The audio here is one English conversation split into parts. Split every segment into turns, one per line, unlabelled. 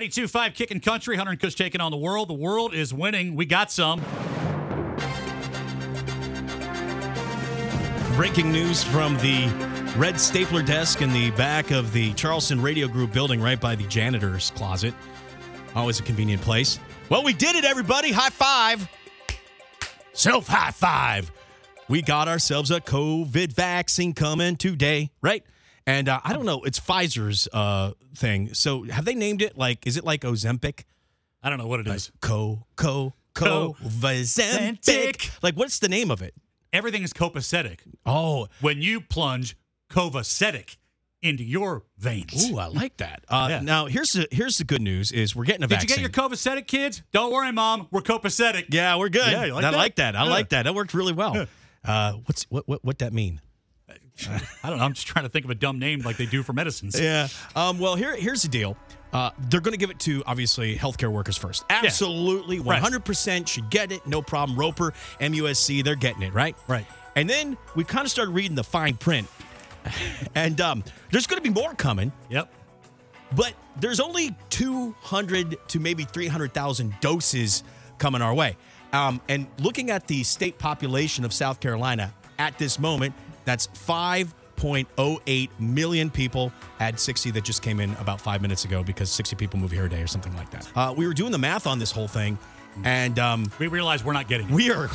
92.5 Kicking Country, Hunter and Kush taking on the world. The world is winning. We got some.
Breaking news from the red stapler desk in the back of the Charleston Radio Group building, right by the janitor's closet. Always a convenient place. Well, we did it, everybody. High five. Self high five. We got ourselves a COVID vaccine coming today, right? And uh, I don't know, it's Pfizer's uh, thing. So have they named it like, is it like Ozempic?
I don't know what it is.
Co, co, co, Vazempic. Like, what's the name of it?
Everything is copacetic.
Oh,
When you plunge covacetic into your veins.
Ooh, I like that. Uh,
Yeah.
Now here's the here's the good news is we're getting a
Did you get
vaccine.
your copacetic, kids? Don't worry, Mom. We're copacetic.
yeah, we're good.
Yeah, you like
I
that?
like that. I
Yeah.
like that. That worked really well. Uh, what's what what what that mean?
I don't know. I'm just trying to think of a dumb name like they do for medicines.
Yeah. Um, well, here here's the deal. Uh, they're going to give it to obviously healthcare workers first. Absolutely,
Right.
100% should get it. No problem. Roper, MUSC, they're getting it right.
Right.
And then we kind of started reading the fine print, and um, there's going to be more coming.
Yep.
But there's only 200 to maybe 300,000 doses coming our way. Um, and looking at the state population of South Carolina at this moment, that's 5.08 million people. Add 60 that just came in about five minutes ago because 60 people move here a day or something like that. Uh, we were doing the math on this whole thing, and um,
We realize we're not getting it.
we are.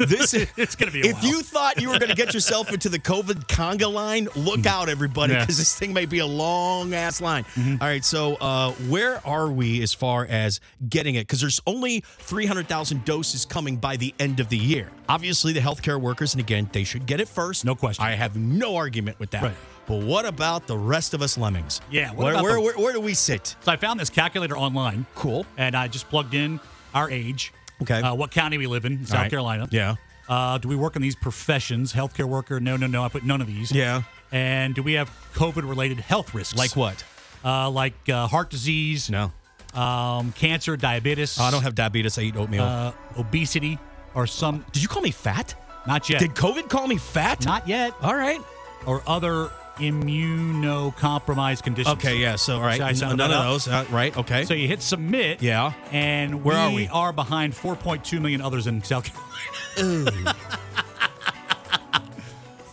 This is,
It's gonna be a
If
while.
you thought you were going to get yourself into the COVID conga line, look out, everybody,
Mm-hmm. Yeah. Mm-hmm.
because this thing may be a long ass line. All right, so uh, where are we as far as getting it? Because there's only 300,000 doses coming by the end of the year. Obviously, the healthcare workers, and again, they should get it first.
No question.
I have no argument with that.
Right.
But what about the rest of us lemmings?
Yeah, what
Where,
about
where,
the-
where, where do we sit?
So I found this calculator online.
Cool.
And I just plugged in our age.
Okay.
Uh, what county we live in, South
All right.
Carolina.
Yeah.
Uh, do we work in these professions? Healthcare worker? No, no, no. I put none of these.
Yeah.
And do we have COVID related health risks?
Like what?
Uh, like uh, heart disease,
No.
um, cancer, diabetes.
I don't have diabetes. I eat oatmeal.
uh, obesity or some.
Did you call me fat?
Not yet.
Did COVID call me fat?
not yet.
All right.
Or other immunocompromised conditions.
Okay. Yeah. So all right.
Should I sound
N- None
about
of
up?
those. Uh, right. Okay.
So you hit submit.
Yeah.
And
Where are
we
we?
are behind 4.2 million others in South Carolina.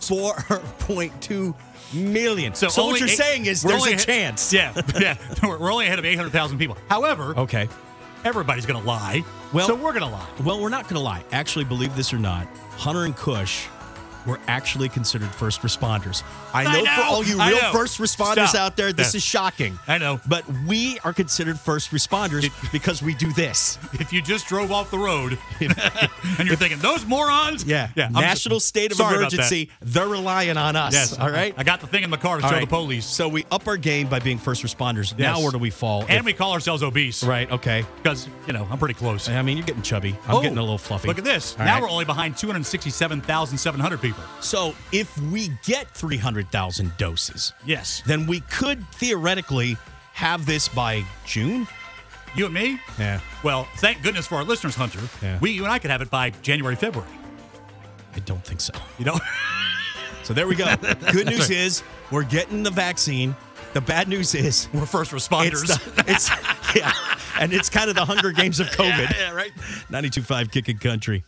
Four point two million. So,
only
what you're
eight-
saying is
we're
there's
only
a
ahe-
chance.
Yeah, yeah. We're, we're only ahead of 800,000 people. However,
Okay.
everybody's going to lie.
Well-
so we're going to lie.
Well, we're not going to lie. Actually, believe this or not, Hunter and Cush were actually considered first responders. I know,
I know.
for all you
I
real
know.
first responders
Stop.
out there, this
Yeah.
is shocking.
I know.
But we are considered first responders because we do this.
If you just drove off the road and you're thinking, those morons.
Yeah.
yeah I'm so-
National state of
sorry about that.
emergency. They're relying on us.
Yes.
All right.
I got the thing in the car to show
All
the
right.
police.
So we up our game by being first responders.
Yes.
Now where do we fall?
and we call ourselves obese.
If- right. Okay.
Because, you know, I'm pretty close.
I mean, you're getting chubby. I'm
Oh,
getting a little fluffy.
Look at this.
All
now
right.
we're only behind 267,700 people.
So if we get 300,000 doses,
Yes.
then we could theoretically have this by June.
You and me?
Yeah.
Well, thank goodness for our listeners, Hunter.
Yeah.
We, you and I could have it by January, February.
I don't think so.
You know?
So there we go. Good news is we're getting the vaccine. The bad news is
we're first responders.
it's, the, it's yeah, and it's kind of the Hunger Games of COVID.
yeah, right.
92.5 Kicking Country.